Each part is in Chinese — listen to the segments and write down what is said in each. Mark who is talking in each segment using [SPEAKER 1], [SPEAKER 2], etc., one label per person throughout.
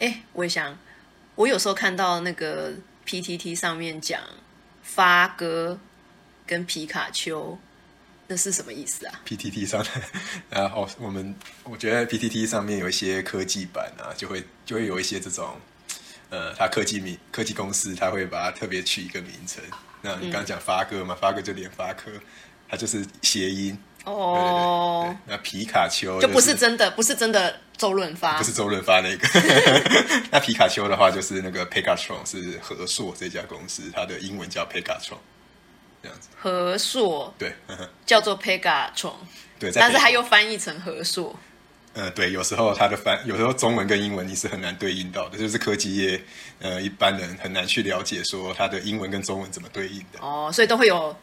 [SPEAKER 1] 哎，我想，我有时候看到那个 PTT 上面讲发哥跟皮卡丘，那是什么意思啊？
[SPEAKER 2] PTT 上， 然后我们我觉得 PTT 上面有一些科技版啊，就会就会有一些这种，呃，它科技名科技公司，它会把它特别取一个名称。那你刚刚讲发哥嘛，发哥就连发科，它就是谐音。对对对
[SPEAKER 1] 哦
[SPEAKER 2] 对，，那皮卡丘
[SPEAKER 1] 就不
[SPEAKER 2] 是
[SPEAKER 1] 是真的，不是真的周润发
[SPEAKER 2] 不是周润发那个。 那皮卡丘的话，就是那个 Pegatron 是和硕这家公司，它的英文叫 Pegatron，这样子。
[SPEAKER 1] 和硕，
[SPEAKER 2] 对，呵呵
[SPEAKER 1] 叫做 Pegatron，
[SPEAKER 2] 对，在
[SPEAKER 1] 但是
[SPEAKER 2] 北
[SPEAKER 1] 它又翻译成和硕。
[SPEAKER 2] 呃，对，有时候它的翻，有时候中文跟英文你是很难对应到的，就是科技业，呃，一般人很难去了解说它的英文跟中文怎么对应的。
[SPEAKER 1] 哦，所以都会有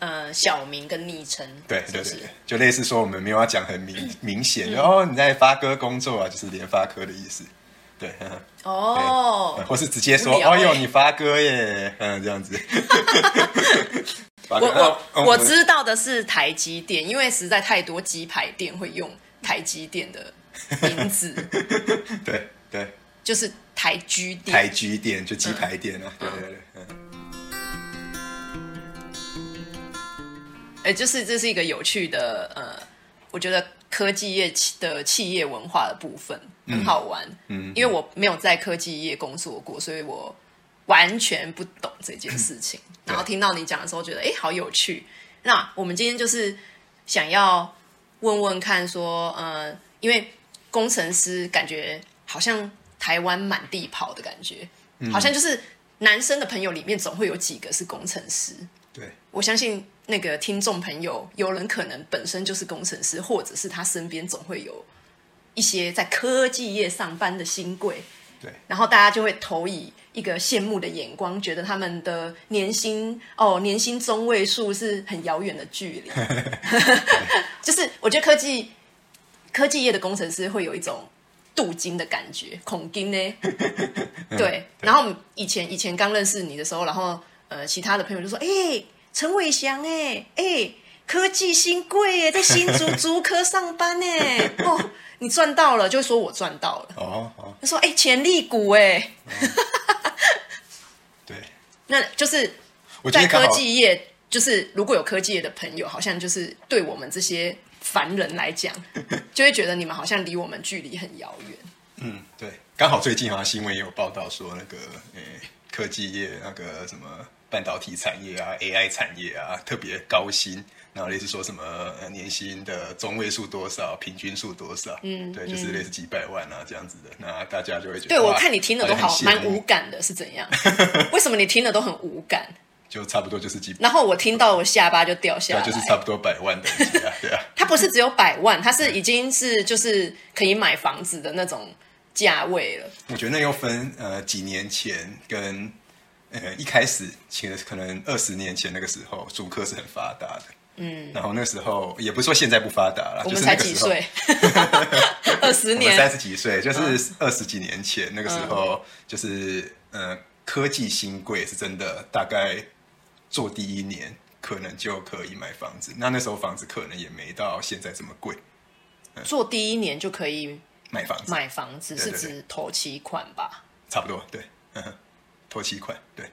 [SPEAKER 1] 呃小名跟昵称，
[SPEAKER 2] 对
[SPEAKER 1] 是
[SPEAKER 2] 对
[SPEAKER 1] 不是，
[SPEAKER 2] 对
[SPEAKER 1] 嗯
[SPEAKER 2] 对就类似说我们没有要讲很明明显，然后、哦、你在发科工作啊，就是连发科的意思，对， 呵呵
[SPEAKER 1] 哦
[SPEAKER 2] 呃，或是直接说，
[SPEAKER 1] 无聊
[SPEAKER 2] 哦哟，
[SPEAKER 1] 欸
[SPEAKER 2] 你发哥耶，嗯，这样子。 发
[SPEAKER 1] 我
[SPEAKER 2] 哥
[SPEAKER 1] 我、
[SPEAKER 2] 哦
[SPEAKER 1] 我知道的是台积电，因为实在太多鸡排店会用台积电的名字，
[SPEAKER 2] 对对，
[SPEAKER 1] 就是台居店。
[SPEAKER 2] 台居店就
[SPEAKER 1] 嗯
[SPEAKER 2] 鸡排店啊，对对对，嗯。
[SPEAKER 1] 哎，就是这是一个有趣的呃，我觉得科技业企的企业文化的部分很好玩。嗯，因为我没有在科技业工作过，所以我完全不懂这件事情。然后听到你讲的时候，觉得哎，诶好有趣。那我们今天就是想要问问看说，呃，因为工程师感觉好像台湾满地跑的感觉，好像就是男生的朋友里面总会有几个是工程师。
[SPEAKER 2] 对，
[SPEAKER 1] 我相信那个听众朋友，有人可能本身就是工程师，或者是他身边总会有一些在科技业上班的新贵，
[SPEAKER 2] 对，
[SPEAKER 1] 然后大家就会投以一个羡慕的眼光，觉得他们的年薪哦，年薪中位数是很遥远的距离。 就是我觉得科技科技业的工程师会有一种镀金的感觉，恐金呢。
[SPEAKER 2] 嗯
[SPEAKER 1] 对，然后以前以前刚认识你的时候，然后呃，其他的朋友就说：“哎、陈伟翔、哎、哎，科技新贵哎耶，在新竹竹科上班哎， 哦，你赚到了，就会说我赚到了，
[SPEAKER 2] 哦哦，
[SPEAKER 1] 就说哎、潜力股哎，
[SPEAKER 2] 对，
[SPEAKER 1] 那就是
[SPEAKER 2] 我觉
[SPEAKER 1] 在
[SPEAKER 2] 得刚
[SPEAKER 1] 科
[SPEAKER 2] 好
[SPEAKER 1] 技业，就是如果有科技业的朋友，好像就是对我们这些凡人来 讲，就会觉得你们好像离我们距离很遥远。
[SPEAKER 2] 嗯，对，刚好最近好像新闻也有报道说，那个诶、科技业那个什么半导体产业啊、AI 产业啊，特别高薪，然后类似说什么呃年薪的中位数多少，平均数多少，嗯，对，就是类似几百万啊这样子的，那大家就会觉得，
[SPEAKER 1] 对我
[SPEAKER 2] 哇
[SPEAKER 1] 看你听的都好
[SPEAKER 2] 好像很羡
[SPEAKER 1] 蛮
[SPEAKER 2] 慕
[SPEAKER 1] 无感的，是怎样？为什么你听的都很无感？
[SPEAKER 2] 就差不多就是几，
[SPEAKER 1] 然后我听到我下巴就掉下
[SPEAKER 2] 对
[SPEAKER 1] 来，
[SPEAKER 2] 啊，就是差不多百万等级啊，对啊，
[SPEAKER 1] 它不是只有百万，它是已经是就是可以买房子的那种价位了。
[SPEAKER 2] 我觉得那又分呃几年前跟呃一开始，其实可能二十年前那个时候，主科是很发达的。嗯，然后那时候也不是说现在不发达了，
[SPEAKER 1] 我
[SPEAKER 2] 啊
[SPEAKER 1] 们
[SPEAKER 2] 就是
[SPEAKER 1] 才
[SPEAKER 2] 那个
[SPEAKER 1] 几
[SPEAKER 2] 时候，
[SPEAKER 1] 岁，二十
[SPEAKER 2] 我们三
[SPEAKER 1] 年，嗯
[SPEAKER 2] 十几岁，就是二十几年前、那个时候，就是呃科技新贵是真的，大概做第一年可能就可以买房子，那那时候房子可能也没到现在这么贵，
[SPEAKER 1] 做第一年就可以
[SPEAKER 2] 买房子
[SPEAKER 1] 买房子，
[SPEAKER 2] 对
[SPEAKER 1] 是
[SPEAKER 2] 对
[SPEAKER 1] 指头期款吧？
[SPEAKER 2] 差不多对，嗯哼，头期款对。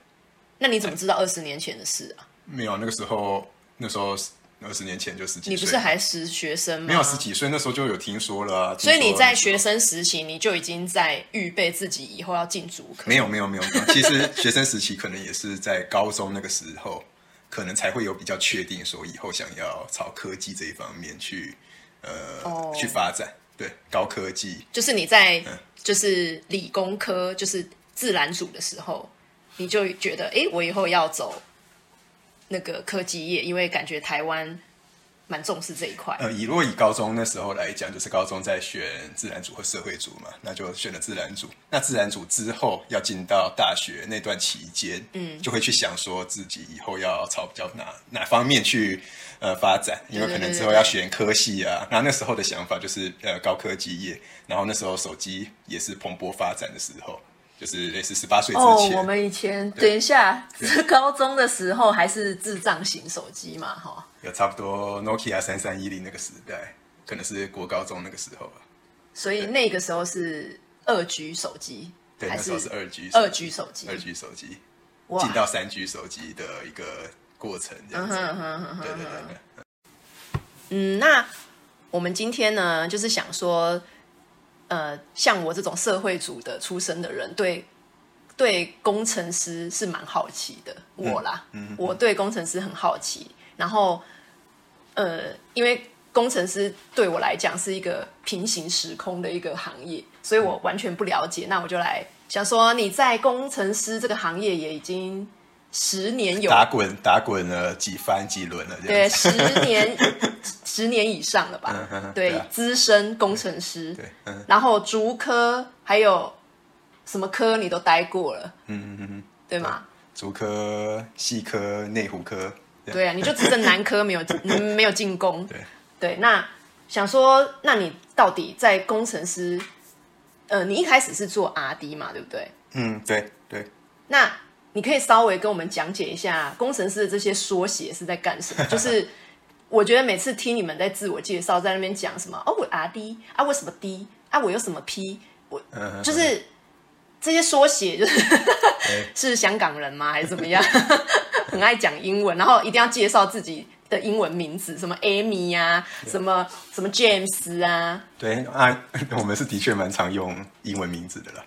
[SPEAKER 1] 那你怎么知道二十年前的事啊？
[SPEAKER 2] 没有，那个时候，那时候二十年前就十几岁，啊
[SPEAKER 1] 你不是还是学生吗？
[SPEAKER 2] 没有十。几岁？那时候就有听说了啊。
[SPEAKER 1] 所以
[SPEAKER 2] 听说
[SPEAKER 1] 你
[SPEAKER 2] 了
[SPEAKER 1] 在
[SPEAKER 2] 那时候
[SPEAKER 1] 学生时期，你就已经在预备自己以后要进主科。
[SPEAKER 2] 没有没有没有 没有，其实学生时期可能也是在高中那个时候，可能才会有比较确定说以后想要朝科技这一方面去呃、
[SPEAKER 1] 哦
[SPEAKER 2] 去发展，对高科技。
[SPEAKER 1] 就是你在
[SPEAKER 2] 嗯
[SPEAKER 1] 就是理工科就是自然组的时候，你就觉得哎、诶我以后要走那个科技业，因为感觉台湾蛮重视这一块。
[SPEAKER 2] 呃，以若以高中那时候来讲，就是高中在选自然组和社会组嘛，那就选了自然组。那自然组之后要进到大学那段期间，嗯，就会去想说自己以后要朝比较哪哪方面去呃发展，因为可能之后要选科系啊。那那时候的想法就是呃高科技业，然后那时候手机也是蓬勃发展的时候，就是类似十八岁呃之
[SPEAKER 1] 哦，
[SPEAKER 2] 前，
[SPEAKER 1] 我们以前等一下是高中的时候还是智障型手机嘛，哈，
[SPEAKER 2] 有差不多 Nokia 三啊三一零那个时代，可能是国高中那个时候吧。
[SPEAKER 1] 所以那个时候是二 G 手机，
[SPEAKER 2] 对，
[SPEAKER 1] 还
[SPEAKER 2] 那时候
[SPEAKER 1] 是
[SPEAKER 2] 是二 G，
[SPEAKER 1] 二 G 手机
[SPEAKER 2] 二 G 手机
[SPEAKER 1] 哇
[SPEAKER 2] 进到三 G 手机的一个过程，这样子。对对对对，
[SPEAKER 1] 嗯，那我们今天呢，就是想说，呃，像我这种社会组的出身的人，对对工程师是蛮好奇的。我啦，
[SPEAKER 2] 嗯
[SPEAKER 1] 我对工程师很好奇。然后，呃，因为工程师对我来讲是一个平行时空的一个行业，所以我完全不了解。那我就来想说，你在工程师这个行业也已经十年有
[SPEAKER 2] 打滚打滚了几番几轮了，这
[SPEAKER 1] 对，
[SPEAKER 2] 样子。
[SPEAKER 1] 十年十年以上了吧？
[SPEAKER 2] 嗯嗯嗯对
[SPEAKER 1] 对
[SPEAKER 2] 啊，
[SPEAKER 1] 资深工程师，
[SPEAKER 2] 对，嗯
[SPEAKER 1] 然后竹科还有什么科你都待过了，嗯嗯嗯，对吗？
[SPEAKER 2] 竹科、细科、内湖科，这样
[SPEAKER 1] 对啊，你就只剩南科没 有嗯没有进攻。
[SPEAKER 2] 对
[SPEAKER 1] 对，那想说，那你到底在工程师，呃，你一开始是做 R D 嘛，对不对？
[SPEAKER 2] 嗯，对对。
[SPEAKER 1] 那你可以稍微跟我们讲解一下工程师的这些缩写是在干 什么？就是我觉得每次听你们在自我介绍，在那边讲什么哦，我 R D 啊，我什么 D 啊，我有什么 P，我
[SPEAKER 2] 嗯
[SPEAKER 1] 就是这些缩写，就是 是香港人吗，还是怎么样？ 很爱讲英文，然后一定要介绍自己的英文名字，什么 Amy 啊，什么什么 James 啊，
[SPEAKER 2] 对啊， 我们是的确蛮常用英文名字的啦。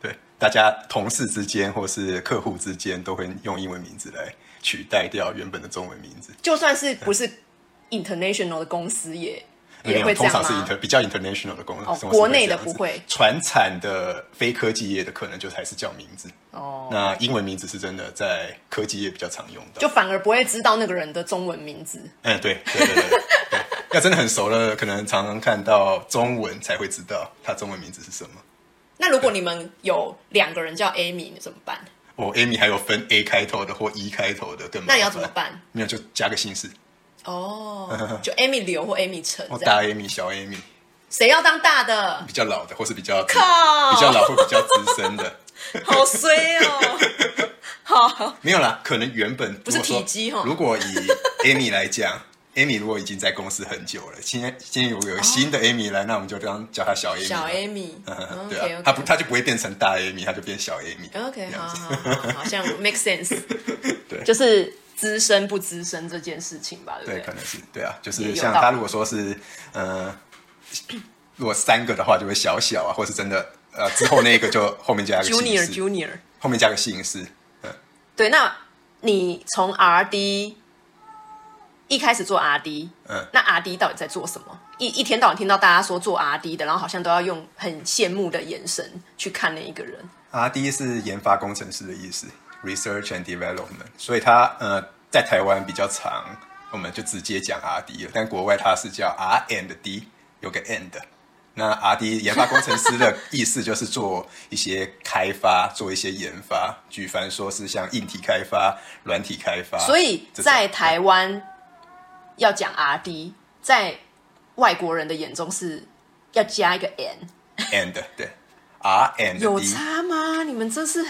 [SPEAKER 2] 对，大家同事之间或是客户之间都会用英文名字来取代掉原本的中文名字。
[SPEAKER 1] 就算是不是 international 的公司也
[SPEAKER 2] 没
[SPEAKER 1] 也
[SPEAKER 2] 有
[SPEAKER 1] 会这
[SPEAKER 2] 通
[SPEAKER 1] 样吗？
[SPEAKER 2] 常是 inter 比较 international 的公司，
[SPEAKER 1] 哦
[SPEAKER 2] 公司
[SPEAKER 1] 国内的
[SPEAKER 2] 这样子
[SPEAKER 1] 不会
[SPEAKER 2] 传产的非科技业的可能就还是叫名字。
[SPEAKER 1] 哦
[SPEAKER 2] 那英文名字是真的在科技业比较常用到。
[SPEAKER 1] 就反而不会知道那个人的中文名字。
[SPEAKER 2] 嗯，对对对对对对，要真的很熟了，可能常常看到中文才会知道他中文名字是什么。
[SPEAKER 1] 那如果你们有两个人叫 Amy，你怎么办？
[SPEAKER 2] 哦，Amy 还有分 A 开头的或 E 开头的，更麻烦
[SPEAKER 1] 那你要怎么办？
[SPEAKER 2] 没有，就加个姓氏，
[SPEAKER 1] 哦、 就 Amy 刘或 Amy 陈
[SPEAKER 2] 哦，
[SPEAKER 1] 这样，
[SPEAKER 2] 大 Amy、小 Amy，
[SPEAKER 1] 谁要当大 的？
[SPEAKER 2] 比较老的或是比较比
[SPEAKER 1] 靠
[SPEAKER 2] 较老或比较资深的，
[SPEAKER 1] 好衰哦！好，
[SPEAKER 2] 没有啦，可能原本不
[SPEAKER 1] 是体积哦
[SPEAKER 2] 如果以 Amy 来讲，Amy 如果已经在公司很久了，今天今天如果有 新的 Amy 来，那我们就当叫她小 Amy
[SPEAKER 1] 小
[SPEAKER 2] 吧。
[SPEAKER 1] Amy，哦
[SPEAKER 2] 嗯，对
[SPEAKER 1] OK，OK 哦
[SPEAKER 2] 啊，她不，她就不会变成大 Amy，她就变小 Amy。
[SPEAKER 1] OK，
[SPEAKER 2] 这样
[SPEAKER 1] 好
[SPEAKER 2] 子
[SPEAKER 1] 好好，好 像 make sense，
[SPEAKER 2] 对
[SPEAKER 1] 就是资深不资深这件事情吧，对不
[SPEAKER 2] 对，
[SPEAKER 1] 对？
[SPEAKER 2] 可能是对啊，就
[SPEAKER 1] 也
[SPEAKER 2] 是
[SPEAKER 1] 有
[SPEAKER 2] 像
[SPEAKER 1] 道理
[SPEAKER 2] 他如果说是呃，如果三个的话就会小小啊，或是真的呃之后那个就后面加个
[SPEAKER 1] Junior
[SPEAKER 2] 姓氏，
[SPEAKER 1] Junior，
[SPEAKER 2] 后面加个姓氏，
[SPEAKER 1] 对，那你从 RD 一开始做 RD，
[SPEAKER 2] 嗯
[SPEAKER 1] 那 RD 到底在做什么？一一天到晚听到大家说做 RD 的，然后好像都要用很羡慕的眼神去看那一个人。
[SPEAKER 2] R D 啊是研发工程师的意思，Research and Development，所以它呃在台湾比较长，我们就直接讲 R D 了，但国外它是叫 R and D，有个 and。那 R D 研发工程师的意思就是做一些开发，做一些研发，举凡说是像硬体开发、软体开发，
[SPEAKER 1] 所以
[SPEAKER 2] 啊这种
[SPEAKER 1] 在台湾要讲 RD，在外国人的眼中是要加一个 n，
[SPEAKER 2] and 对 R and
[SPEAKER 1] 有
[SPEAKER 2] D
[SPEAKER 1] 差吗？你们真是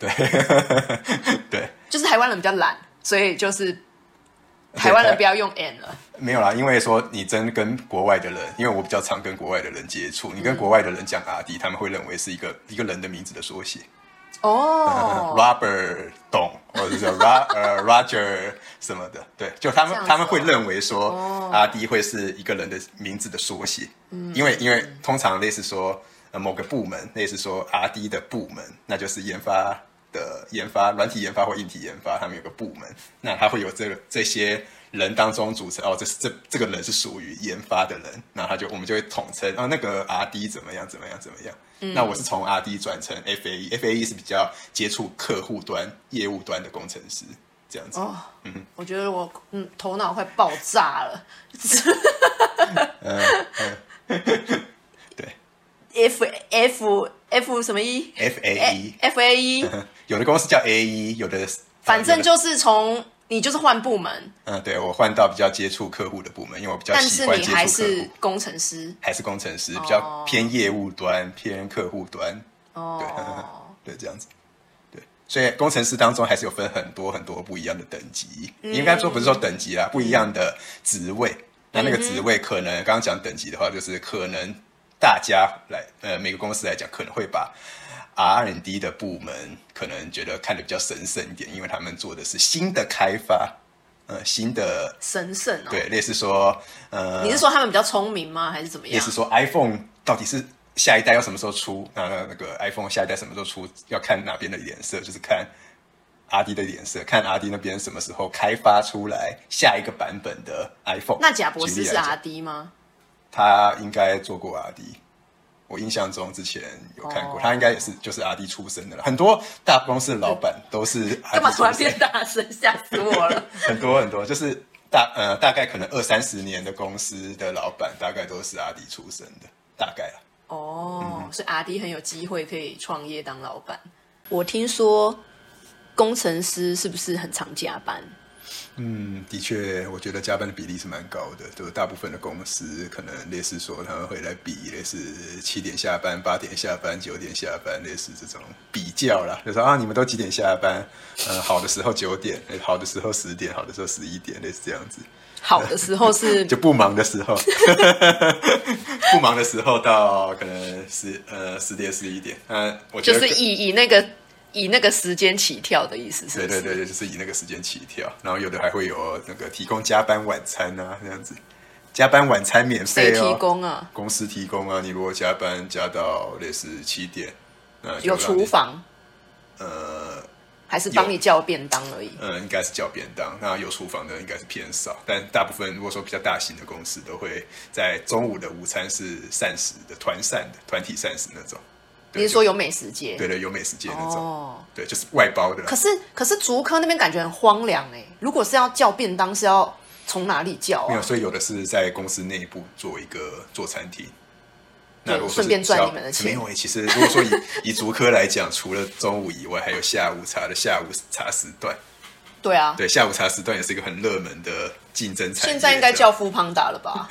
[SPEAKER 2] 对对，
[SPEAKER 1] 就是台湾人比较懒，所以就是台湾人不要用 n 了。
[SPEAKER 2] 没有啦，因为说你真跟国外的人，因为我比较常跟国外的人接触，你跟国外的人讲阿迪，他们会认为是一个一个人的名字的缩写、
[SPEAKER 1] 哦
[SPEAKER 2] r，o b e r t 董或者是 Ro 呃 Roger 什么的，对，就他们、
[SPEAKER 1] 这样子哦哦
[SPEAKER 2] 他们会认为说阿迪会是一个人的名字的缩写，
[SPEAKER 1] 嗯
[SPEAKER 2] 因为因为通常类似说、呃、某个部门，类似说阿迪的部门，那就是研发的研发软体研发或硬体研发，他们有个部门，那他会有这个这些人当中组成哦，这是这这个人是属于研发的人，那他就我们就会统称哦，那个
[SPEAKER 1] 嗯
[SPEAKER 2] R D 怎么样怎么样怎么样。那我是从 R D 转成 F A E，F A E 是比较接触客户端、业务端的工程师这样子。
[SPEAKER 1] 哦，我觉得我嗯头脑快爆炸了。
[SPEAKER 2] 嗯对
[SPEAKER 1] F F F 什么 E
[SPEAKER 2] ，F A E
[SPEAKER 1] F A E，
[SPEAKER 2] 有的公司叫 A E，有的
[SPEAKER 1] 反正
[SPEAKER 2] 有的
[SPEAKER 1] 就是从你就是换部 门，
[SPEAKER 2] 嗯，对我换到比较接触客户的部门，因为我比较
[SPEAKER 1] 但
[SPEAKER 2] 喜
[SPEAKER 1] 是
[SPEAKER 2] 欢
[SPEAKER 1] 你
[SPEAKER 2] 接
[SPEAKER 1] 还
[SPEAKER 2] 触客
[SPEAKER 1] 是
[SPEAKER 2] 户。
[SPEAKER 1] 工程师
[SPEAKER 2] 还是工程师，比较偏业务端、偏客户端，
[SPEAKER 1] 哦。
[SPEAKER 2] 对，这样子，对，所以工程师当中还是有分很多很多不一样的等级，应该说不是说等级啦，不一样的职位。那那个职位可能刚刚讲等级的话，就是可能大家来呃每个公司来讲，可能会把 R&D 的部门可能觉得看得比较神圣一点，因为他们做的是新的开发，呃，新的
[SPEAKER 1] 神圣哦。
[SPEAKER 2] 对，类似说呃，
[SPEAKER 1] 你是说他们比较聪明吗？还是怎么
[SPEAKER 2] 也
[SPEAKER 1] 样
[SPEAKER 2] 是？说 iPhone 到底是下一代要什么时候出？那那个 iPhone 下一代什么时候出？要看哪边的脸色，就是看阿迪的脸色，看阿迪那边什么时候开发出来下一个版本的 iPhone。
[SPEAKER 1] 那贾博士
[SPEAKER 2] 举
[SPEAKER 1] 是
[SPEAKER 2] 例来讲
[SPEAKER 1] 阿迪吗？
[SPEAKER 2] 他应该做过阿迪。我印象中之前有看过
[SPEAKER 1] 哦
[SPEAKER 2] 他应该也是就是阿迪出身的了。很多大公司的老板都是阿
[SPEAKER 1] 干嘛突
[SPEAKER 2] 迪出
[SPEAKER 1] 然
[SPEAKER 2] 身
[SPEAKER 1] 变，大声？吓死我 了！
[SPEAKER 2] 很多很多就是大呃大概可能二三十年的公司的老板大概都是阿迪出身的，大概了。
[SPEAKER 1] 哦，所以阿迪很有机会可以创业当老板。我听说工程师是不是很常加班？
[SPEAKER 2] 嗯，的确，我觉得加班的比例是蛮高的，就是大部分的公司可能类似说他们会来比，类似七点下班、八点下班、九点下班，类似这种比较啦，就说啊，你们都几点下班？呃，好的时候九点，呃好的时候十点，好的时候十一点，类似这样子，
[SPEAKER 1] 好的时候 是
[SPEAKER 2] 就不忙的时候， 不忙的时候到可能十呃十点十一点，嗯、我觉
[SPEAKER 1] 就
[SPEAKER 2] 得
[SPEAKER 1] 是以以那个以那个时间起跳的意思，是
[SPEAKER 2] 对
[SPEAKER 1] 不是？
[SPEAKER 2] 对对对，就是以那个时间起跳，然后有的还会有那个提供加班晚餐啊，这样子，加班晚餐免
[SPEAKER 1] 谁
[SPEAKER 2] 费哦，
[SPEAKER 1] 提供啊？
[SPEAKER 2] 公司提供啊，你如果加班加到类似七点，那就
[SPEAKER 1] 有
[SPEAKER 2] 让
[SPEAKER 1] 厨
[SPEAKER 2] 你，
[SPEAKER 1] 房，
[SPEAKER 2] 呃
[SPEAKER 1] 还是帮你叫便当而已？
[SPEAKER 2] 呃，应该是叫便当，那有厨房的应该是偏少，但大部分如果说比较大型的公司都会在中午的午餐是膳食的团膳的团体膳食那种，
[SPEAKER 1] 你是说有美食街？
[SPEAKER 2] 对对，有美食街那种，
[SPEAKER 1] 哦，
[SPEAKER 2] 对，就是外包的啦
[SPEAKER 1] 可是可是竹科那边感觉很荒凉哎、如果是要叫便当，是要从哪里叫
[SPEAKER 2] 没
[SPEAKER 1] 啊
[SPEAKER 2] 有，？所以有的是在公司内部做一个做餐厅。那如果说
[SPEAKER 1] 顺便
[SPEAKER 2] 是
[SPEAKER 1] 赚
[SPEAKER 2] 小
[SPEAKER 1] 你们的钱
[SPEAKER 2] 没有诶、欸其实如果说以以足科来讲，除了中午以外，还有下午茶的下午茶时段。
[SPEAKER 1] 对啊，
[SPEAKER 2] 对，下午茶时段也是一个很热门的竞争产业。
[SPEAKER 1] 现在应该叫富胖达了吧？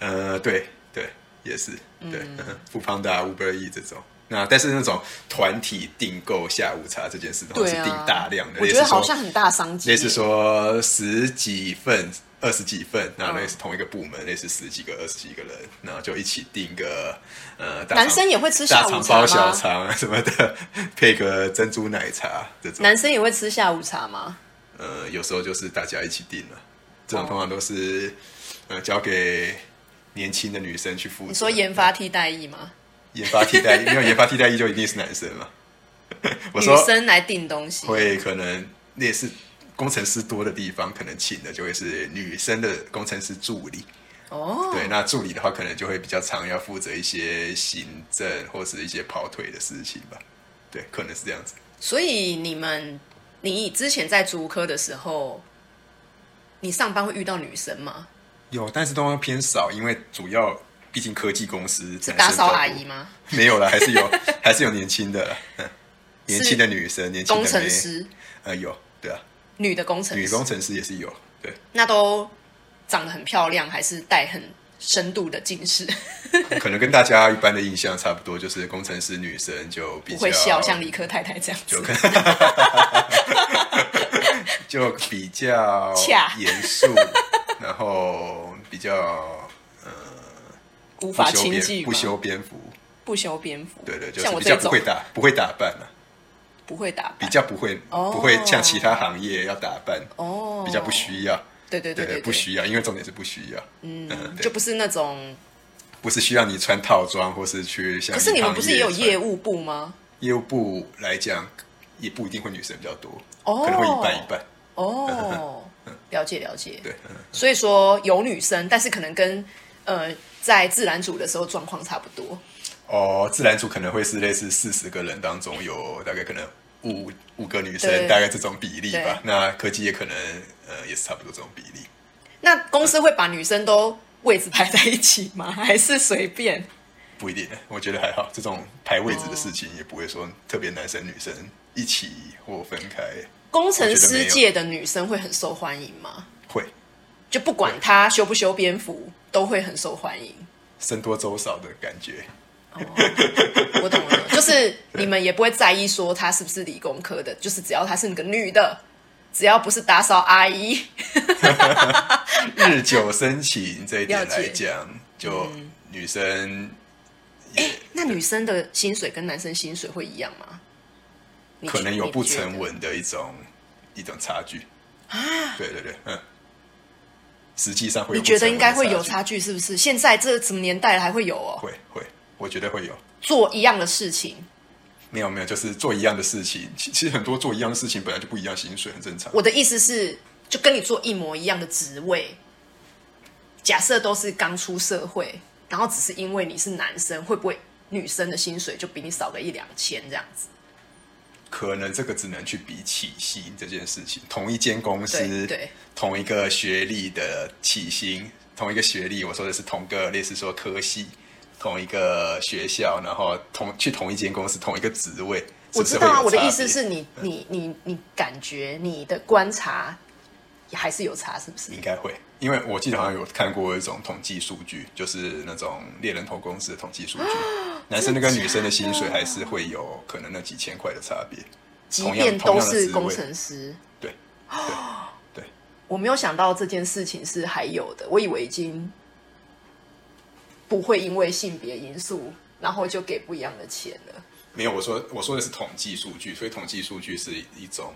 [SPEAKER 2] 呃，对对，也是对，
[SPEAKER 1] 嗯
[SPEAKER 2] 富邦达、Uber E 这种。那但是那种团体订购下午茶这件事，都
[SPEAKER 1] 对
[SPEAKER 2] 是
[SPEAKER 1] 啊，
[SPEAKER 2] 订大量的，
[SPEAKER 1] 我
[SPEAKER 2] 类
[SPEAKER 1] 觉
[SPEAKER 2] 似
[SPEAKER 1] 得好
[SPEAKER 2] 说
[SPEAKER 1] 像很大商机耶。
[SPEAKER 2] 类似说十几份、二十几份，然
[SPEAKER 1] 嗯
[SPEAKER 2] 后类似同一个部门，类似十几个、二十几个人，然后就一起订个呃，大肠
[SPEAKER 1] 男生也会吃
[SPEAKER 2] 大
[SPEAKER 1] 下午
[SPEAKER 2] 肠
[SPEAKER 1] 茶
[SPEAKER 2] 包小
[SPEAKER 1] 吗？
[SPEAKER 2] 肠什么的，配个珍珠奶茶这种。
[SPEAKER 1] 男生也会吃下午茶吗？
[SPEAKER 2] 呃，有时候就是大家一起订了，这种
[SPEAKER 1] 哦
[SPEAKER 2] 通常都是呃交给年轻的女生去负责。
[SPEAKER 1] 你说研发替代役吗？
[SPEAKER 2] 研发替代，因为研发替代役就一定是男生 嘛。我
[SPEAKER 1] 女
[SPEAKER 2] 说
[SPEAKER 1] 生来订东西，
[SPEAKER 2] 会可能类似工程师多的地方，可能请的就会是女生的工程师助理。
[SPEAKER 1] 哦，
[SPEAKER 2] 对，那助理的话，可能就会比较常要负责一些行政或是一些跑腿的事情吧。对，可能是这样子。
[SPEAKER 1] 所以你们，你之前在竹科的时候，你上班会遇到女生吗？
[SPEAKER 2] 有，但是都偏少，因为主要毕竟科技公司
[SPEAKER 1] 是
[SPEAKER 2] 男
[SPEAKER 1] 打
[SPEAKER 2] 生
[SPEAKER 1] 扫
[SPEAKER 2] 比较
[SPEAKER 1] 阿
[SPEAKER 2] 多
[SPEAKER 1] 姨吗？
[SPEAKER 2] 没有啦，还 是有，还是有年轻的啦，嗯年轻的女生，年轻的
[SPEAKER 1] 工程
[SPEAKER 2] 妹，
[SPEAKER 1] 师，
[SPEAKER 2] 呃，有，对啊，
[SPEAKER 1] 女的工程
[SPEAKER 2] 女
[SPEAKER 1] 师，
[SPEAKER 2] 工程师也是有，对，
[SPEAKER 1] 那都长得很漂亮，还是戴很深度的近视，
[SPEAKER 2] 可能跟大家一般的印象差不多，就是工程师女生就比
[SPEAKER 1] 不
[SPEAKER 2] 较
[SPEAKER 1] 会笑，像理科太太这样子
[SPEAKER 2] 就。跟就比较
[SPEAKER 1] 恰
[SPEAKER 2] 严 肃，然后比较
[SPEAKER 1] 无
[SPEAKER 2] 不
[SPEAKER 1] 法
[SPEAKER 2] 修
[SPEAKER 1] 亲
[SPEAKER 2] 边
[SPEAKER 1] 近，
[SPEAKER 2] 不修边幅，
[SPEAKER 1] 不修边幅，
[SPEAKER 2] 对对，就
[SPEAKER 1] 像
[SPEAKER 2] 是
[SPEAKER 1] 我
[SPEAKER 2] 比
[SPEAKER 1] 这
[SPEAKER 2] 较不
[SPEAKER 1] 种
[SPEAKER 2] 会打不会打扮啊，
[SPEAKER 1] 不会打
[SPEAKER 2] 比
[SPEAKER 1] 扮，
[SPEAKER 2] 较不会
[SPEAKER 1] 哦
[SPEAKER 2] 不会像其他行业要打扮，啊
[SPEAKER 1] 哦，
[SPEAKER 2] 比较不，需要，
[SPEAKER 1] 对对对对，
[SPEAKER 2] 不需要，因为重点是不需要，嗯，对
[SPEAKER 1] 就不是那种。
[SPEAKER 2] 不是需要你穿套装或是去像
[SPEAKER 1] 可是你们不是也有业
[SPEAKER 2] 务
[SPEAKER 1] 务部吗？
[SPEAKER 2] 业务部来讲，也不一定会女生比较多，
[SPEAKER 1] 哦
[SPEAKER 2] 可能会一半一半，
[SPEAKER 1] 哦， 了解了解。
[SPEAKER 2] 对，嗯
[SPEAKER 1] 所以说有女生，但是可能跟呃在自然组的时候状况差不多。
[SPEAKER 2] 哦，自然组可能会是类似四十个人当中有大概可能五五个女生
[SPEAKER 1] 对，
[SPEAKER 2] 大概这种比例
[SPEAKER 1] 对
[SPEAKER 2] 吧。那科技也可能呃也是差不多这种比例。
[SPEAKER 1] 那公司会把女生都位置排在一起吗？ 还是随便？
[SPEAKER 2] 不一定，我觉得还好。这种排位置的事情也不会说特别男生女生一起或分开，
[SPEAKER 1] 工程师界的女生会很受欢迎吗？
[SPEAKER 2] 会
[SPEAKER 1] 就不管她修不修边幅，都会很受欢迎。
[SPEAKER 2] 僧多粥少的感觉。
[SPEAKER 1] 我懂 了，就是你们也不会在意说她是不是理工科的，就是只要她是个女的，只要不是打扫阿姨，
[SPEAKER 2] 日久生情这一点来
[SPEAKER 1] 了解嗯
[SPEAKER 2] 讲，就女生
[SPEAKER 1] 女生的薪水跟男生薪水会一样吗？你
[SPEAKER 2] 可能有
[SPEAKER 1] 你
[SPEAKER 2] 不
[SPEAKER 1] 觉得
[SPEAKER 2] 成文的一种一种差距啊。对对对，嗯，实际上会有
[SPEAKER 1] 你觉得应该
[SPEAKER 2] 不
[SPEAKER 1] 会
[SPEAKER 2] 成文的
[SPEAKER 1] 有
[SPEAKER 2] 差
[SPEAKER 1] 差距，是不是？现在这什么年代了还会有
[SPEAKER 2] 距，
[SPEAKER 1] 哦？
[SPEAKER 2] 会会，我觉得会有。
[SPEAKER 1] 做一样的事情，
[SPEAKER 2] 没有没有，就是做一样的事情，其其实很多做一样的事情本来就不一样，薪水很正常。
[SPEAKER 1] 我的意思是，就跟你做一模一样的职位，假设都是刚出社会，然后只是因为你是男生，会不会女生的薪水就比你少个一两千这样子？
[SPEAKER 2] 可能这个只能去比起薪这件事情，同一间公
[SPEAKER 1] 对
[SPEAKER 2] 司，
[SPEAKER 1] 对
[SPEAKER 2] 同一个学历的起薪，同一个学历，我说的是同个类似说科系，同一个学校，然后同去同一间公司，同一个职位，
[SPEAKER 1] 我
[SPEAKER 2] 是
[SPEAKER 1] 知
[SPEAKER 2] 不是
[SPEAKER 1] 道啊，
[SPEAKER 2] 会有
[SPEAKER 1] 我的
[SPEAKER 2] 差
[SPEAKER 1] 意思
[SPEAKER 2] 别
[SPEAKER 1] 是你你你你感觉你的观察还是有差，是不是？
[SPEAKER 2] 应该会，因为我记得好像有看过一种统计数据，就是那种猎人头公司的统计数据，男生的跟女生的薪水还是会有可能那几千块的差别，
[SPEAKER 1] 即
[SPEAKER 2] 同样
[SPEAKER 1] 便都
[SPEAKER 2] 同样的
[SPEAKER 1] 是
[SPEAKER 2] 职位
[SPEAKER 1] 工程师，
[SPEAKER 2] 对，对，对，
[SPEAKER 1] 我没有想到这件事情是还有的，我以为已经不会因为性别因素，然后就给不一样的钱了。
[SPEAKER 2] 没有，我说我说的是统计数据，所以统计数据是一种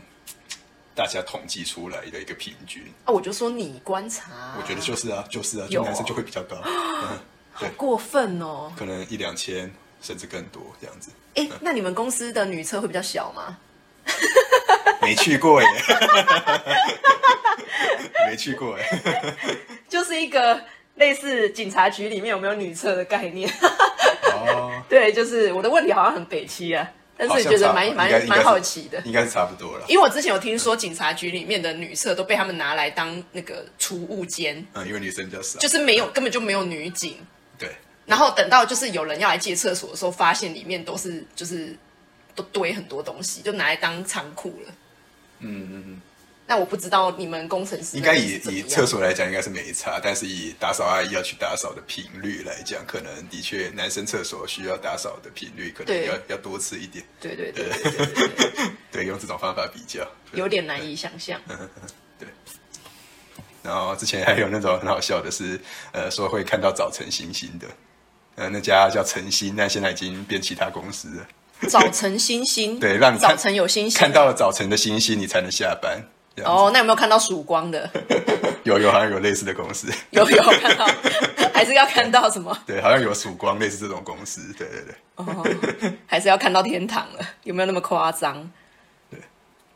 [SPEAKER 2] 大家统计出来的一个平均。
[SPEAKER 1] 啊，我就说你观察，
[SPEAKER 2] 我觉得就是啊，就是啊，
[SPEAKER 1] 有
[SPEAKER 2] 就
[SPEAKER 1] 哦
[SPEAKER 2] 男生就会比较高，嗯
[SPEAKER 1] 好
[SPEAKER 2] 对，
[SPEAKER 1] 过分哦。
[SPEAKER 2] 可能一两千甚至更多这样子。
[SPEAKER 1] 哎，那你们公司的女厕会比较小吗？
[SPEAKER 2] 没去过耶， 没去过耶。
[SPEAKER 1] 就是一个类似警察局里面有没有女厕的概念。
[SPEAKER 2] 哦，
[SPEAKER 1] 对，就是我的问题好像很北七啊，但是
[SPEAKER 2] 好
[SPEAKER 1] 你
[SPEAKER 2] 像
[SPEAKER 1] 觉得
[SPEAKER 2] 差
[SPEAKER 1] 蛮
[SPEAKER 2] 应该
[SPEAKER 1] 蛮
[SPEAKER 2] 应该
[SPEAKER 1] 蛮
[SPEAKER 2] 是
[SPEAKER 1] 好奇的。
[SPEAKER 2] 应该是差不多了。
[SPEAKER 1] 因为我之前有听说警察局里面的女厕都被他们拿来当那个储物间，
[SPEAKER 2] 嗯，因为女生比较少，
[SPEAKER 1] 就是没有根本就没有女警，
[SPEAKER 2] 对，
[SPEAKER 1] 然后等到就是有人要来借厕所的时候，发现里面都是就是都堆很多东西，就拿来当仓库了。嗯嗯嗯。那我不知道你们工程师
[SPEAKER 2] 应该
[SPEAKER 1] 那
[SPEAKER 2] 以
[SPEAKER 1] 边是怎么
[SPEAKER 2] 以
[SPEAKER 1] 样
[SPEAKER 2] 厕所来讲应该是没差，但是以打扫阿姨要去打扫的频率来讲，可能的确男生厕所需要打扫的频率可能
[SPEAKER 1] 对
[SPEAKER 2] 要要多次一点，
[SPEAKER 1] 对对对对对对对对，
[SPEAKER 2] 对，用这种方法比较。对
[SPEAKER 1] 有点难以想 象。
[SPEAKER 2] 然后之前还有那种很好笑的是，呃，说会看到早晨星星的，呃，那家叫晨星，但现在已经变其他公司了。
[SPEAKER 1] 早晨星星，
[SPEAKER 2] 对，让你
[SPEAKER 1] 早
[SPEAKER 2] 看
[SPEAKER 1] 晨有星星，
[SPEAKER 2] 看到了早晨的星星，你才能下班。这样子，
[SPEAKER 1] 哦，那有没有看到曙光 的？
[SPEAKER 2] 有有好像有类似的公司，
[SPEAKER 1] 有有看到， 还是要看到什么？
[SPEAKER 2] 对，好像有曙光类似这种公司，对对对。
[SPEAKER 1] 哦，还是要看到天堂了？有没有那么夸张？
[SPEAKER 2] 对，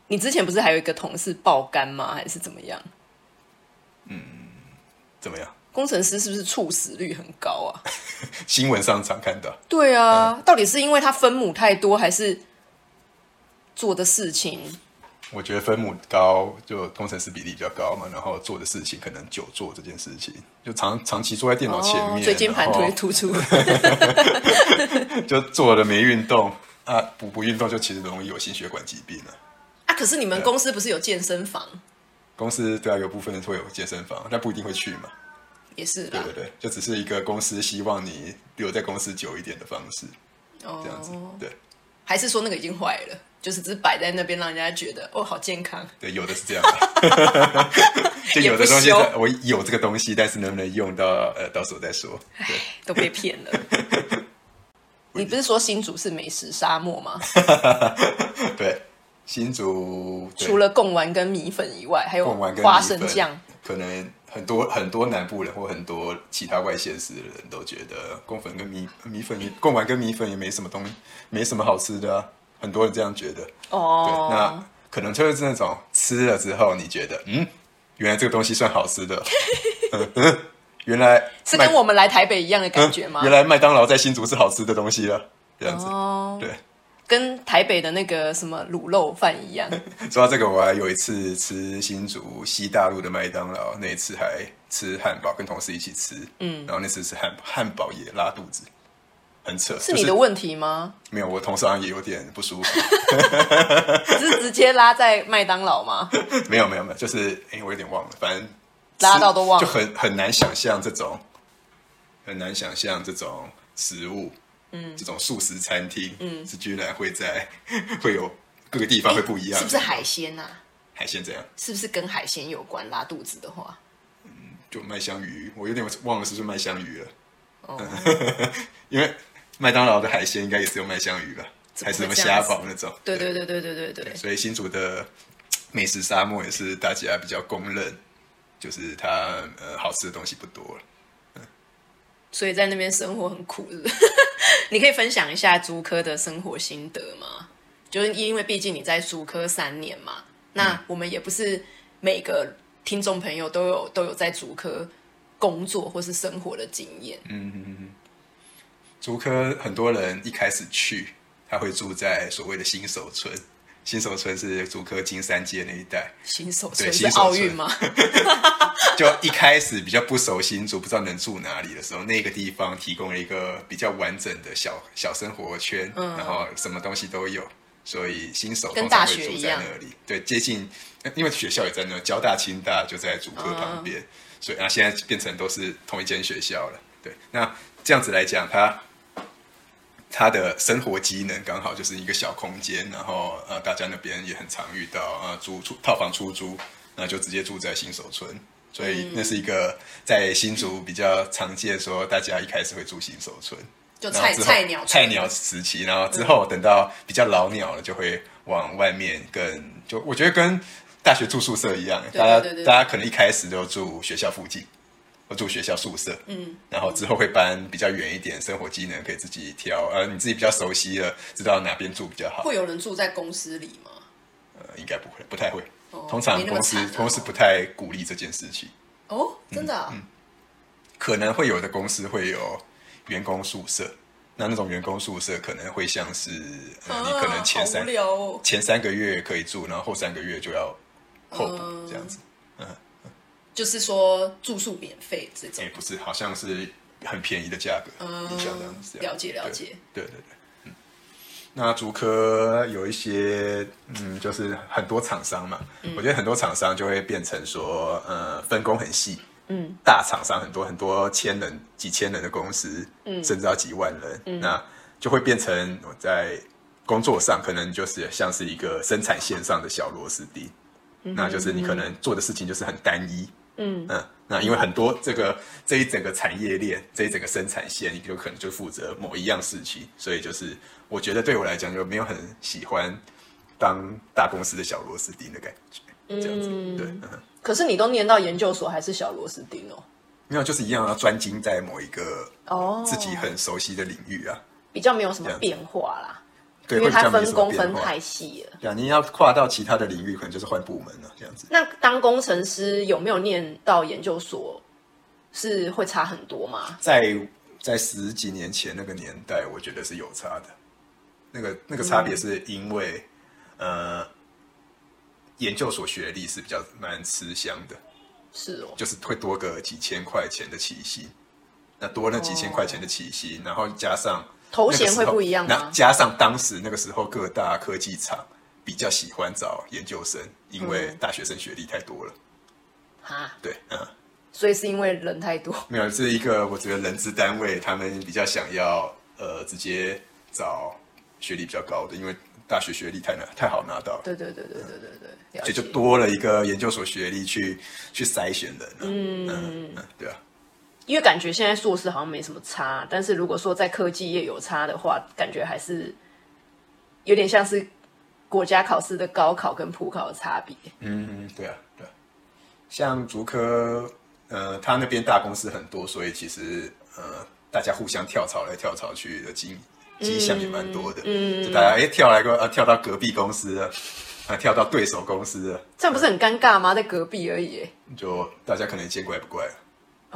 [SPEAKER 1] 你之前不是还有一个同事爆肝吗？还是怎么样？
[SPEAKER 2] 怎么样？
[SPEAKER 1] 工程师是不是猝死率很高啊？
[SPEAKER 2] 新闻上常看到，
[SPEAKER 1] 对啊，到底是因为他分母太多，还是做的事情？
[SPEAKER 2] 我觉得分母高，就工程师比例比较高嘛，然后做的事情可能久坐这件事情，就长长期坐在电脑前面，哦
[SPEAKER 1] 椎间哦盘突
[SPEAKER 2] 然后
[SPEAKER 1] 突出，
[SPEAKER 2] 就做了没运动啊，不不运动就其实容易有心血管疾病了、
[SPEAKER 1] 啊！可是你们公司不是有健身房？
[SPEAKER 2] 公司对啊，有部分会有健身房，但不一定会去嘛，
[SPEAKER 1] 也是
[SPEAKER 2] 对
[SPEAKER 1] 啦
[SPEAKER 2] 不，对？就只是一个公司希望你留在公司久一点的方式，这样子，
[SPEAKER 1] 哦，
[SPEAKER 2] 对
[SPEAKER 1] 还是说那个已经坏了，就是只是摆在那边，让人家觉得哦，好健康。
[SPEAKER 2] 对，有的是这样的， 就有的东西
[SPEAKER 1] 也不
[SPEAKER 2] 在我有这个东西，但是能不能用到，呃，到时候再说，对。
[SPEAKER 1] 都被骗 了。你不是说新竹是美食沙漠吗？
[SPEAKER 2] 对，新竹对
[SPEAKER 1] 除了贡丸跟米粉以外，还有
[SPEAKER 2] 贡丸跟
[SPEAKER 1] 花
[SPEAKER 2] 米
[SPEAKER 1] 生
[SPEAKER 2] 粉
[SPEAKER 1] 酱。，
[SPEAKER 2] 可能很多很多南部人或很多其他外县市的人都觉得贡粉跟米米粉也贡丸跟米粉也没什么东没什么好吃的啊，很多人这样觉得。对，
[SPEAKER 1] 哦
[SPEAKER 2] 那，可能就是那种吃了之后你觉得，嗯，原来这个东西算好 吃的，嗯嗯原来
[SPEAKER 1] 是
[SPEAKER 2] 麦
[SPEAKER 1] 跟我们来台北一样的感
[SPEAKER 2] 嗯
[SPEAKER 1] 觉吗？
[SPEAKER 2] 原来麦当劳在新竹是好吃的东西了，这样子。
[SPEAKER 1] 哦，
[SPEAKER 2] 对，
[SPEAKER 1] 跟台北的那个什么卤肉饭一 样。
[SPEAKER 2] 说到这个，我还有一次吃新竹西大陆的麦当劳，那一次还吃汉堡，跟同事一起吃，嗯，然后那次吃汉堡，汉堡也拉肚子，很扯，
[SPEAKER 1] 是你的
[SPEAKER 2] 就
[SPEAKER 1] 问题吗？
[SPEAKER 2] 没有，我同事好像也有点不舒服，
[SPEAKER 1] 只是直接拉在麦当劳 吗？
[SPEAKER 2] 没有没有没有，就是哎、我有点忘了，反正吃
[SPEAKER 1] 拉到都忘了
[SPEAKER 2] 就很很难想象这种，很难想象这种食物，嗯，这种素食餐厅，嗯，是居然会在 会有各个地方会不一样，
[SPEAKER 1] 是不是海鲜呐、啊？
[SPEAKER 2] 海鲜这样？
[SPEAKER 1] 是不是跟海鲜有关？拉肚子的话，哦
[SPEAKER 2] 就麦香鱼，我有点忘了是不是麦香鱼了。因为麦当劳的海鲜应该也只有麦香鱼吧，
[SPEAKER 1] 怎么会
[SPEAKER 2] 还是什么
[SPEAKER 1] 这样
[SPEAKER 2] 虾
[SPEAKER 1] 子
[SPEAKER 2] 堡那种。
[SPEAKER 1] 对对对对对对对，
[SPEAKER 2] 所以新竹的美食沙漠也是大家比较公认，就是它呃好吃的东西不多了。
[SPEAKER 1] 所以在那边生活很苦是不 是你可以分享一下竹科的生活心得吗？就是因为毕竟你在竹科三年嘛，那我们也不是每个听众朋友都有都有在竹科工作或是生活的经验。
[SPEAKER 2] 竹科很多人一开始去，他会住在所谓的新手村，新手村是竹科金山街那一带，
[SPEAKER 1] 新手村
[SPEAKER 2] 对
[SPEAKER 1] 是
[SPEAKER 2] 新手
[SPEAKER 1] 奥
[SPEAKER 2] 村
[SPEAKER 1] 运吗？
[SPEAKER 2] 就一开始比较不熟新竹，不知道能住哪里的时候，那个地方提供了一个比较完整的小小生活圈，然后什么东西都有，所以新手
[SPEAKER 1] 嗯跟
[SPEAKER 2] 通常
[SPEAKER 1] 大
[SPEAKER 2] 会
[SPEAKER 1] 学
[SPEAKER 2] 住
[SPEAKER 1] 一
[SPEAKER 2] 在
[SPEAKER 1] 样
[SPEAKER 2] 那里，对，接近，呃因为学校也在那，交大、清大就在竹科旁边，所以啊，现在变成都是同一间学校了，对，那这样子来讲，它它的生活机能刚好就是一个小空间，然后呃，大家那边也很常遇到呃租出套房出租，那就直接住在新手村，所以那是一个在新竹比较常见，说大家一开始会住新手村，
[SPEAKER 1] 就
[SPEAKER 2] 然后
[SPEAKER 1] 菜
[SPEAKER 2] 之后
[SPEAKER 1] 菜鸟嗯
[SPEAKER 2] 菜鸟时期，然后之后等到比较老鸟了，就会往外面跟就我觉得跟大学住宿舍一样，欸
[SPEAKER 1] 对
[SPEAKER 2] 大家
[SPEAKER 1] 对对对
[SPEAKER 2] 大家可能一开始都住学校附近，我住学校宿舍，嗯，然后之后会搬比较远一点，生活机能可以自己挑，呃，你自己比较熟悉了，知道哪边住比较好，
[SPEAKER 1] 会有人住在公司里吗？
[SPEAKER 2] 呃，应该不会，不太会
[SPEAKER 1] 哦，
[SPEAKER 2] 通常
[SPEAKER 1] 没那么
[SPEAKER 2] 公司
[SPEAKER 1] 惨啊
[SPEAKER 2] 公司不太鼓励这件事情，
[SPEAKER 1] 哦，
[SPEAKER 2] 嗯
[SPEAKER 1] 真的、啊
[SPEAKER 2] 可能会有的公司会有员工宿舍，那那种员工宿舍可能会像是，呃，你可能
[SPEAKER 1] 啊
[SPEAKER 2] 前
[SPEAKER 1] 好
[SPEAKER 2] 三
[SPEAKER 1] 无聊哦。
[SPEAKER 2] 前三个月可以住，然后后三个月就要候补、
[SPEAKER 1] 嗯
[SPEAKER 2] 这样子。
[SPEAKER 1] 就是说住宿免费这种
[SPEAKER 2] 也、，不是，好像是很便宜的价格，印象这样子。
[SPEAKER 1] 嗯了解了解。
[SPEAKER 2] 对对对对，嗯。那竹科有一些，嗯，就是很多厂商嘛，
[SPEAKER 1] 嗯
[SPEAKER 2] 我觉得很多厂商就会变成说，呃，分工很细。嗯，大厂商很多很多千人、几千人的公司，嗯，甚至到几万人，
[SPEAKER 1] 嗯
[SPEAKER 2] 那就会变成我在工作上可能就是像是一个生产线上的小螺丝钉，
[SPEAKER 1] 嗯
[SPEAKER 2] 那就是你可能做的事情就是很单一，嗯那因为很多这个这一整个产业链，这一整个生产线，你有可能就负责某一样事情，所以就是我觉得对我来讲就没有很喜欢当大公司的小螺丝钉的感觉，这样子，对，嗯哼
[SPEAKER 1] 可是你都念到研究所还是小螺丝钉哦，
[SPEAKER 2] 没有就是一样要专精在某一个
[SPEAKER 1] 哦
[SPEAKER 2] 自己啊很熟悉的领域啊，
[SPEAKER 1] 比较没有什
[SPEAKER 2] 这
[SPEAKER 1] 么
[SPEAKER 2] 样
[SPEAKER 1] 变化啦，
[SPEAKER 2] 对，
[SPEAKER 1] 因为
[SPEAKER 2] 会比
[SPEAKER 1] 它
[SPEAKER 2] 较没
[SPEAKER 1] 分
[SPEAKER 2] 什么
[SPEAKER 1] 工
[SPEAKER 2] 变
[SPEAKER 1] 分
[SPEAKER 2] 化
[SPEAKER 1] 太。细了。
[SPEAKER 2] 对啊，你要跨到其他的领域，可能就是换部门了，这样子。
[SPEAKER 1] 那当工程师有没有念到研究所，是会差很多吗？
[SPEAKER 2] 在在十几年前那个年代，我觉得是有差的。那个那个差别是因为，呃，研究所学历是比较蛮吃香的，
[SPEAKER 1] 是哦，
[SPEAKER 2] 就是会多个几千块钱的起薪。那多那几千块钱的起薪，然后加上
[SPEAKER 1] 哦头衔
[SPEAKER 2] 那个时候
[SPEAKER 1] 会不一样吗
[SPEAKER 2] 那加上当时那个时候各大科技厂比较喜欢找研究生，因为
[SPEAKER 1] 嗯
[SPEAKER 2] 大学生学历太多了。
[SPEAKER 1] 哈，
[SPEAKER 2] 对，嗯。
[SPEAKER 1] 所以是因为人太多，
[SPEAKER 2] 没有，是一个我觉得人资单位他们比较想要呃直接找学历比较高的，因为大学学历太难太好拿到了，
[SPEAKER 1] 对对对对对对对，了
[SPEAKER 2] 所以就
[SPEAKER 1] 解。
[SPEAKER 2] 多了一个研究所学历去去筛选人了、嗯嗯对啊，
[SPEAKER 1] 因为感觉现在硕士好像没什么差，但是如果说在科技业有差的话，感觉还是有点像是国家考试的高考跟普考的差别。
[SPEAKER 2] 嗯对啊对啊，像竹科呃他那边大公司很多，所以其实呃大家互相跳槽来跳槽去的经迹象也蛮多的，嗯，就大家哎跳来个啊跳到隔壁公司了，啊跳到对手公司了。
[SPEAKER 1] 这样不是很尴尬吗？在隔壁而已耶。
[SPEAKER 2] 就大家可能见怪不怪了。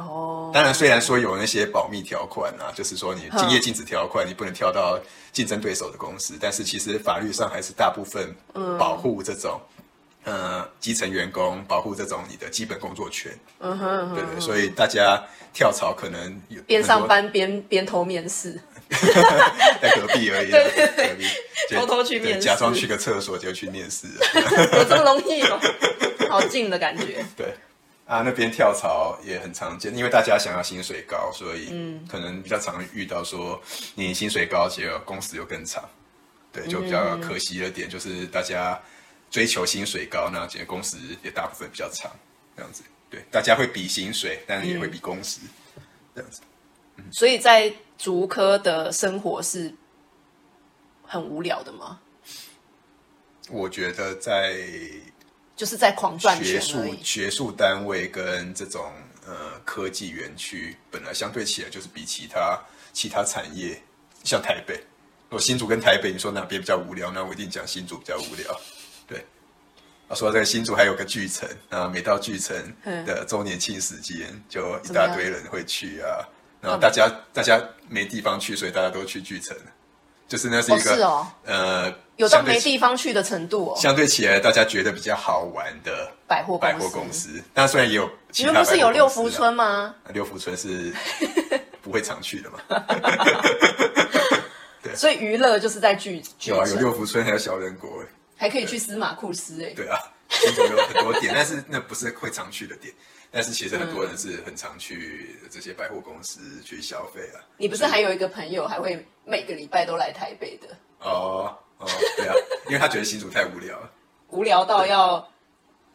[SPEAKER 1] 哦，
[SPEAKER 2] 当然，虽然说有那些保密条款啊，就是说你竞业禁止条款，你不能跳到竞争对手的公司，但是其实法律上还是大部分
[SPEAKER 1] 嗯
[SPEAKER 2] 保护这种、呃基层员工，保护这种你的基本工作权。
[SPEAKER 1] 嗯哼嗯哼，
[SPEAKER 2] 对对，所以大家跳槽可能有
[SPEAKER 1] 边上
[SPEAKER 2] 很多
[SPEAKER 1] 班边边偷面试，
[SPEAKER 2] 在隔壁而已啊，
[SPEAKER 1] 对对对
[SPEAKER 2] 隔壁 就
[SPEAKER 1] 偷偷去
[SPEAKER 2] 对
[SPEAKER 1] 面试
[SPEAKER 2] 假装去个厕所就去面试了。
[SPEAKER 1] 有这么容易哦？好近的感觉。
[SPEAKER 2] 对啊，那边跳槽也很常见，因为大家想要薪水高，所以可能比较常遇到说你薪水高，结果工时又更长，对，就比较可惜的点就是大家追求薪水高，那结果工时也大部分比较长，这样子，对，大家会比薪水，但也会比工时，这样子。
[SPEAKER 1] 所以在竹科的生活是很无聊的吗？
[SPEAKER 2] 我觉得在
[SPEAKER 1] 就是在狂转圈而
[SPEAKER 2] 学术
[SPEAKER 1] 已。
[SPEAKER 2] 学术单位跟这种呃科技园区，本来相对起来就是比其他其他产业，像台北，我新竹跟台北，你说哪边比较无聊？那我一定讲新竹比较无聊。对，啊，说到这个新竹还有个巨城啊，每到巨城
[SPEAKER 1] 嗯
[SPEAKER 2] 的周年庆时间，就一大堆人会去啊，然后大家大家没地方去，所以大家都去巨城，就是那是一个、
[SPEAKER 1] 哦是哦
[SPEAKER 2] 呃，
[SPEAKER 1] 有到
[SPEAKER 2] 相对
[SPEAKER 1] 没
[SPEAKER 2] 起
[SPEAKER 1] 地方去的程度哦。
[SPEAKER 2] 相对起来，大家觉得比较好玩的
[SPEAKER 1] 百货
[SPEAKER 2] 百货公司，那虽然也有其
[SPEAKER 1] 你
[SPEAKER 2] 他
[SPEAKER 1] 们不
[SPEAKER 2] 百货公司啊
[SPEAKER 1] 是有六福，村吗？
[SPEAKER 2] 六福村是不会常去的嘛？
[SPEAKER 1] 所以娱乐就是在聚聚
[SPEAKER 2] 有啊，有
[SPEAKER 1] 城
[SPEAKER 2] 六福村，还有小人国，
[SPEAKER 1] 还可以去司马库斯哎、
[SPEAKER 2] 对啊，新竹有很多点，但是那不是会常去的点。但是其实很多人是很常去这些百货公司去消费啊。
[SPEAKER 1] 你不是还有一个朋友还会每个礼拜都来台北的，
[SPEAKER 2] 哦哦，对啊，因为他觉得新竹太无聊了。
[SPEAKER 1] 无聊到要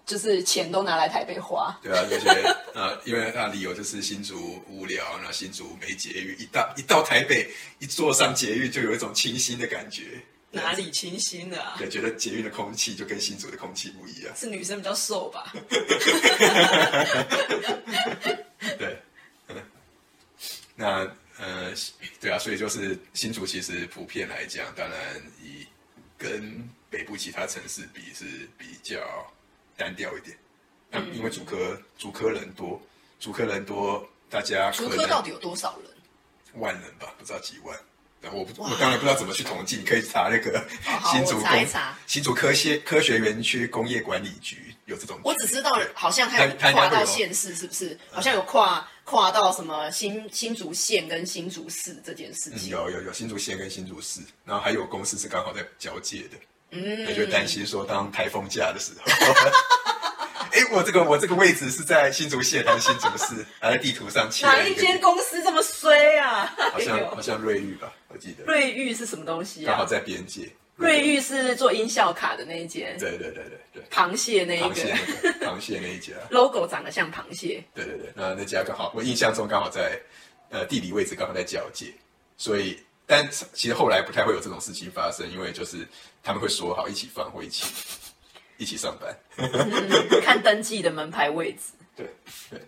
[SPEAKER 1] 就是钱都拿来台北花。
[SPEAKER 2] 对啊，就觉得呃，因为 那理由就是新竹无聊，然后新竹没捷运，一到一到台北，一坐上捷运就有一种清新的感觉，
[SPEAKER 3] 哪里清新的啊？
[SPEAKER 2] 对，觉得捷运的空气就跟新竹的空气不一样，
[SPEAKER 3] 是女生比较瘦吧？
[SPEAKER 2] 对， 嗯那呃，对啊，所以就是新竹其实普遍来讲，当然以跟北部其他城市比是比较单调一点，那
[SPEAKER 1] 嗯
[SPEAKER 2] 因为竹科竹科人多，竹科人多，大家可
[SPEAKER 1] 竹
[SPEAKER 2] 能
[SPEAKER 1] 科到底有多少人？
[SPEAKER 2] 万人吧，不知道几万。然后我不，我当然不知道怎么去统计，你可以查那个
[SPEAKER 1] 好
[SPEAKER 2] 新竹
[SPEAKER 1] 我
[SPEAKER 2] 工
[SPEAKER 1] 查一查
[SPEAKER 2] 新竹科学科学园区工业管理局有这种局。
[SPEAKER 1] 我只知道
[SPEAKER 2] 对
[SPEAKER 1] 好像还有
[SPEAKER 2] 它它应该
[SPEAKER 1] 跨
[SPEAKER 2] 会
[SPEAKER 1] 到
[SPEAKER 2] 有嗯
[SPEAKER 1] 县市，是不是？好像有跨跨到什么新新竹县跟新竹市这件事
[SPEAKER 2] 嗯
[SPEAKER 1] 情。
[SPEAKER 2] 有有有新竹县跟新竹市，然后还有公司是刚好在交界的，嗯，就担心说当台风假的时候， 哎，我这个我这个位置是在新竹县还是新竹市？还在地图上切
[SPEAKER 3] 哪
[SPEAKER 2] 了
[SPEAKER 3] 一
[SPEAKER 2] 个
[SPEAKER 3] 间公司这么衰啊？
[SPEAKER 2] 好
[SPEAKER 1] 哎
[SPEAKER 2] 像好像瑞玉吧，我记得
[SPEAKER 3] 瑞玉是什么东西
[SPEAKER 2] 刚好
[SPEAKER 3] 啊？
[SPEAKER 2] 在边界。
[SPEAKER 3] 瑞玉是做音效卡的那一间，
[SPEAKER 2] 对对对对对，
[SPEAKER 3] 螃蟹那一
[SPEAKER 2] 螃蟹
[SPEAKER 3] 个
[SPEAKER 2] 那个螃蟹那一家。
[SPEAKER 3] logo 长得像螃蟹，
[SPEAKER 2] 对对对，那那家刚好，我印象中刚好在呃地理位置刚好在交界，所以但其实后来不太会有这种事情发生，因为就是他们会说好一起放或一起一起上班。
[SPEAKER 3] 看登记的门牌位置。
[SPEAKER 2] 对对，